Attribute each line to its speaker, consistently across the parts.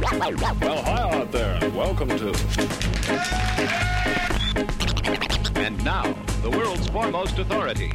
Speaker 1: Well, hi out there, and welcome to.
Speaker 2: And now, the world's foremost authority.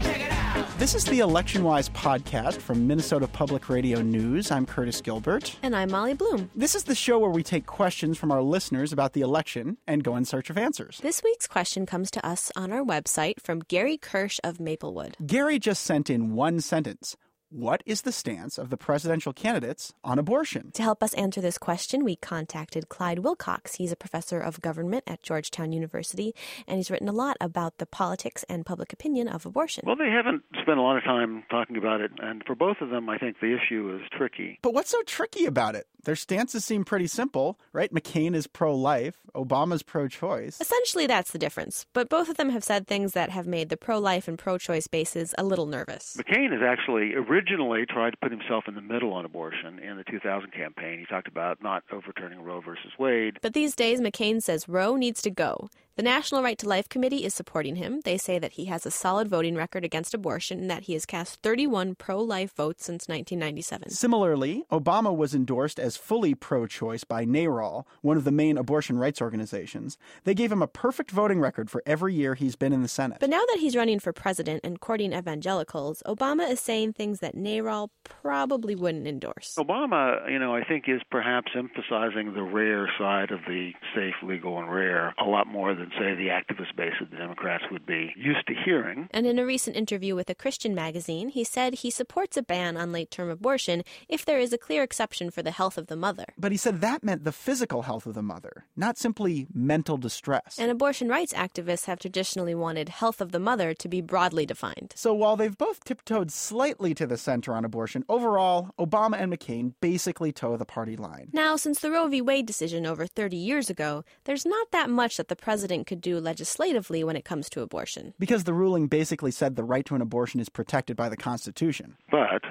Speaker 3: This is the Election Wise podcast from Minnesota Public Radio News. I'm Curtis Gilbert.
Speaker 4: And I'm Molly Bloom.
Speaker 3: This is the show where we take questions from our listeners about the election and go in search of answers.
Speaker 4: This week's question comes to us on our website from Gary Kirsch of Maplewood.
Speaker 3: Gary just sent in one sentence What is the stance of the presidential candidates on abortion?
Speaker 4: To help us answer this question, we contacted Clyde Wilcox. He's a professor of government at Georgetown University, and he's written a lot about the politics and public opinion of abortion.
Speaker 5: Well, they haven't spent a lot of time talking about it, and for both of them, I think the issue is tricky.
Speaker 3: But what's so tricky about it? Their stances seem pretty simple, right? McCain is pro life, Obama's pro choice.
Speaker 4: Essentially, that's the difference. But both of them have said things that have made the pro life and pro choice bases a little nervous.
Speaker 5: McCain has actually originally tried to put himself in the middle on abortion in the 2000 campaign. He talked about not overturning Roe versus Wade.
Speaker 4: But these days, McCain says Roe needs to go. The National Right to Life Committee is supporting him. They say that he has a solid voting record against abortion and that he has cast 31 pro life votes since 1997.
Speaker 3: Similarly, Obama was endorsed as fully pro choice by NARAL, one of the main abortion rights organizations. They gave him a perfect voting record for every year he's been in the Senate.
Speaker 4: But now that he's running for president and courting evangelicals, Obama is saying things that NARAL probably wouldn't endorse.
Speaker 5: Obama, you know, I think is perhaps emphasizing the rare side of the safe, legal, and rare a lot more than, say, the activist base of the Democrats would be used to hearing.
Speaker 4: And in a recent interview with a Christian magazine, he said he supports a ban on late term abortion if there is a clear exception for the health of the mother.
Speaker 3: But he said that meant the physical health of the mother, not simply mental distress.
Speaker 4: And abortion rights activists have traditionally wanted health of the mother to be broadly defined.
Speaker 3: so while they've both tiptoed slightly to the center on abortion, overall, Obama and McCain basically toe the party line.
Speaker 4: Now, since the Roe v. Wade decision over 30 years ago, there's not that much that the president could do legislatively when it comes to abortion.
Speaker 3: Because the ruling basically said the right to an abortion is protected by the Constitution.
Speaker 5: But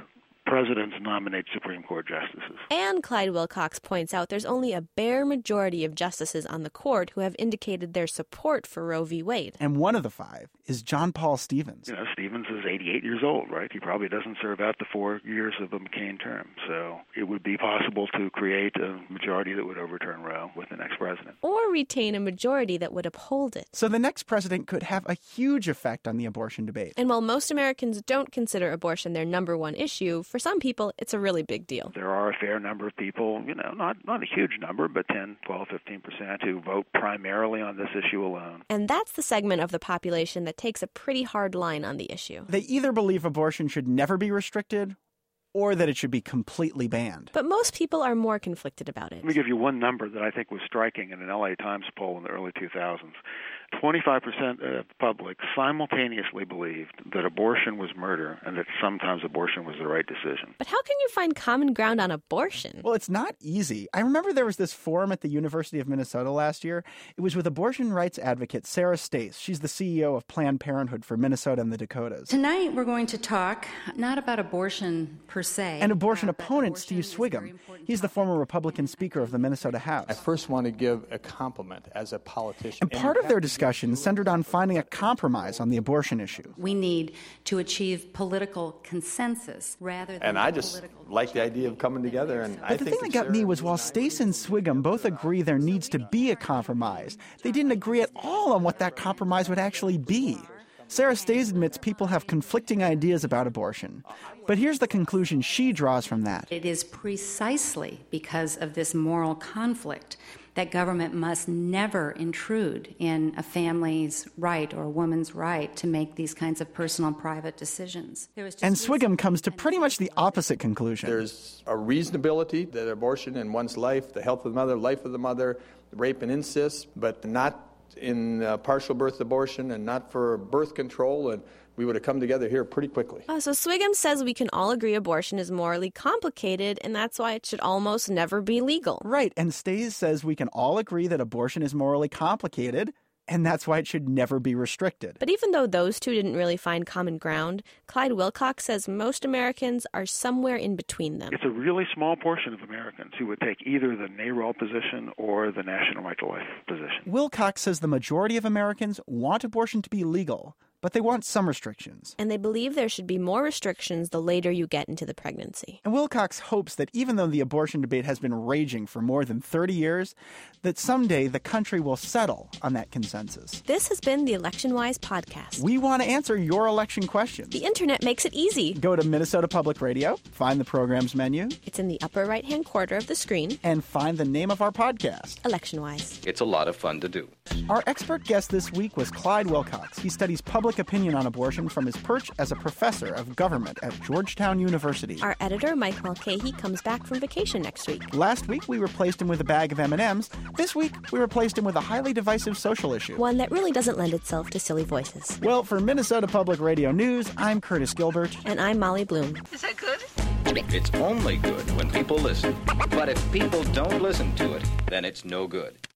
Speaker 5: presidents nominate Supreme Court justices.
Speaker 4: And Clyde Wilcox points out there's only a bare majority of justices on the court who have indicated their support for Roe v. Wade.
Speaker 3: And one of the five is John Paul Stevens.
Speaker 5: You know, Stevens is 88 years old, right? He probably doesn't serve out the four years of a McCain term. So it would be possible to create a majority that would overturn Roe with the next president.
Speaker 4: Or retain a majority that would uphold it.
Speaker 3: So the next president could have a huge effect on the abortion debate.
Speaker 4: And while most Americans don't consider abortion their number one issue, for some people it's a really big deal.
Speaker 5: There are a fair number of people, you know, not, not a huge number, but 10, 12, 15% who vote primarily on this issue alone.
Speaker 4: And that's the segment of the population that takes a pretty hard line on the issue.
Speaker 3: They either believe abortion should never be restricted or that it should be completely banned.
Speaker 4: But most people are more conflicted about it.
Speaker 5: Let me give you one number that I think was striking in an LA Times poll in the early 2000s. 25% of the public simultaneously believed that abortion was murder and that sometimes abortion was the right decision.
Speaker 4: But how can you find common ground on abortion?
Speaker 3: Well, it's not easy. I remember there was this forum at the University of Minnesota last year. It was with abortion rights advocate Sarah Stace. She's the CEO of Planned Parenthood for Minnesota and the Dakotas.
Speaker 6: Tonight, we're going to talk not about abortion per se.
Speaker 3: And abortion
Speaker 6: uh, but
Speaker 3: opponent
Speaker 6: abortion
Speaker 3: Steve
Speaker 6: is a very
Speaker 3: Swigum.
Speaker 6: important
Speaker 3: He's the
Speaker 6: topic.
Speaker 3: former Republican Speaker of the Minnesota
Speaker 7: I
Speaker 3: House.
Speaker 7: first want to give a compliment as a politician.
Speaker 3: And part of their
Speaker 7: you have to do
Speaker 3: discussion
Speaker 7: it
Speaker 3: centered on finding a compromise on the abortion issue.
Speaker 6: We need to achieve political consensus rather than.
Speaker 7: And I just
Speaker 6: political
Speaker 7: like the idea of coming together. And I
Speaker 3: But the
Speaker 7: think
Speaker 3: thing that got
Speaker 7: Sarah
Speaker 3: me
Speaker 7: and
Speaker 3: was
Speaker 7: you
Speaker 3: while
Speaker 7: and I-
Speaker 3: Stace and Swigum both agree there needs to be a compromise, they didn't agree at all on what that compromise would actually be. Sarah Stace admits people have conflicting ideas about abortion. But here's the conclusion she draws from that.
Speaker 6: It is precisely because of this moral conflict that government must never intrude in a family's right or a woman's right to make these kinds of personal and private decisions. There was just
Speaker 3: And
Speaker 6: recent-
Speaker 3: Swigum comes to pretty much the opposite conclusion.
Speaker 7: There's a reasonability that abortion in one's life, the health of the mother, life of the mother, rape and incest, but not in uh, partial birth abortion and not for birth control. And we would have come together here pretty quickly.
Speaker 4: Oh, so Swigum says we can all agree abortion is morally complicated, and that's why it should almost never be legal.
Speaker 3: Right, and Stace says we can all agree that abortion is morally complicated, and that's why it should never be restricted.
Speaker 4: But even though those two didn't really find common ground, Clyde Wilcox says most Americans are somewhere in between them.
Speaker 5: It's a really small portion of Americans who would take either the NARAL position or the National Right to Life position.
Speaker 3: Wilcox says the majority of Americans want abortion to be legal, but they want some restrictions.
Speaker 4: and they believe there should be more restrictions the later you get into the pregnancy.
Speaker 3: And Wilcox hopes that even though the abortion debate has been raging for more than 30 years, that someday the country will settle on that consensus.
Speaker 4: This has been the Election Wise podcast.
Speaker 3: We want to answer your election questions.
Speaker 4: the internet makes it easy.
Speaker 3: Go to Minnesota Public Radio, find the programs menu,
Speaker 4: It's in the upper right hand corner of the screen.
Speaker 3: and find the name of our podcast.
Speaker 4: Election Wise.
Speaker 8: It's a lot of fun to do.
Speaker 3: Our expert guest this week was Clyde Wilcox. He studies public opinion on abortion from his perch as a professor of government at Georgetown University.
Speaker 4: Our editor, Mike Mulcahy, comes back from vacation next week.
Speaker 3: Last week we replaced him with a bag of M&Ms. This week we replaced him with a highly divisive social issue.
Speaker 4: One that really doesn't lend itself to silly voices.
Speaker 3: Well, for Minnesota Public Radio News, I'm Curtis Gilbert.
Speaker 4: And I'm Molly Bloom.
Speaker 9: Is that good?
Speaker 8: It's only good when people listen. But if people don't listen to it, then it's no good.